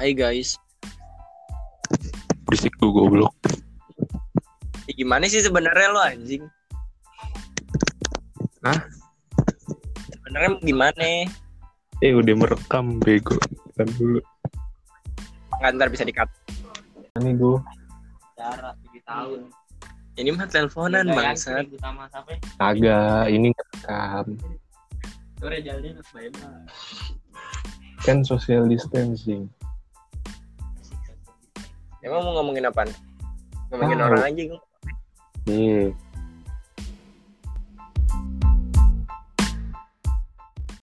Hai guys, Berisik gue goblok. Ya, gimana sih sebenarnya lo anjing? Hah? Sebenarnya gimana? Eh udah merekam bego. Ntar dulu. Nggak ntar bisa dikat. Ini gue. jarak tujuh tahun Ini mah teleponan Nggak bangsat. yakin utama sampai Kagak. Ini ngerekam. sore jalan harus bayar Kan social distancing. Emang mau ngomongin apa? Ngomongin Tahu. orang anjing. Iya.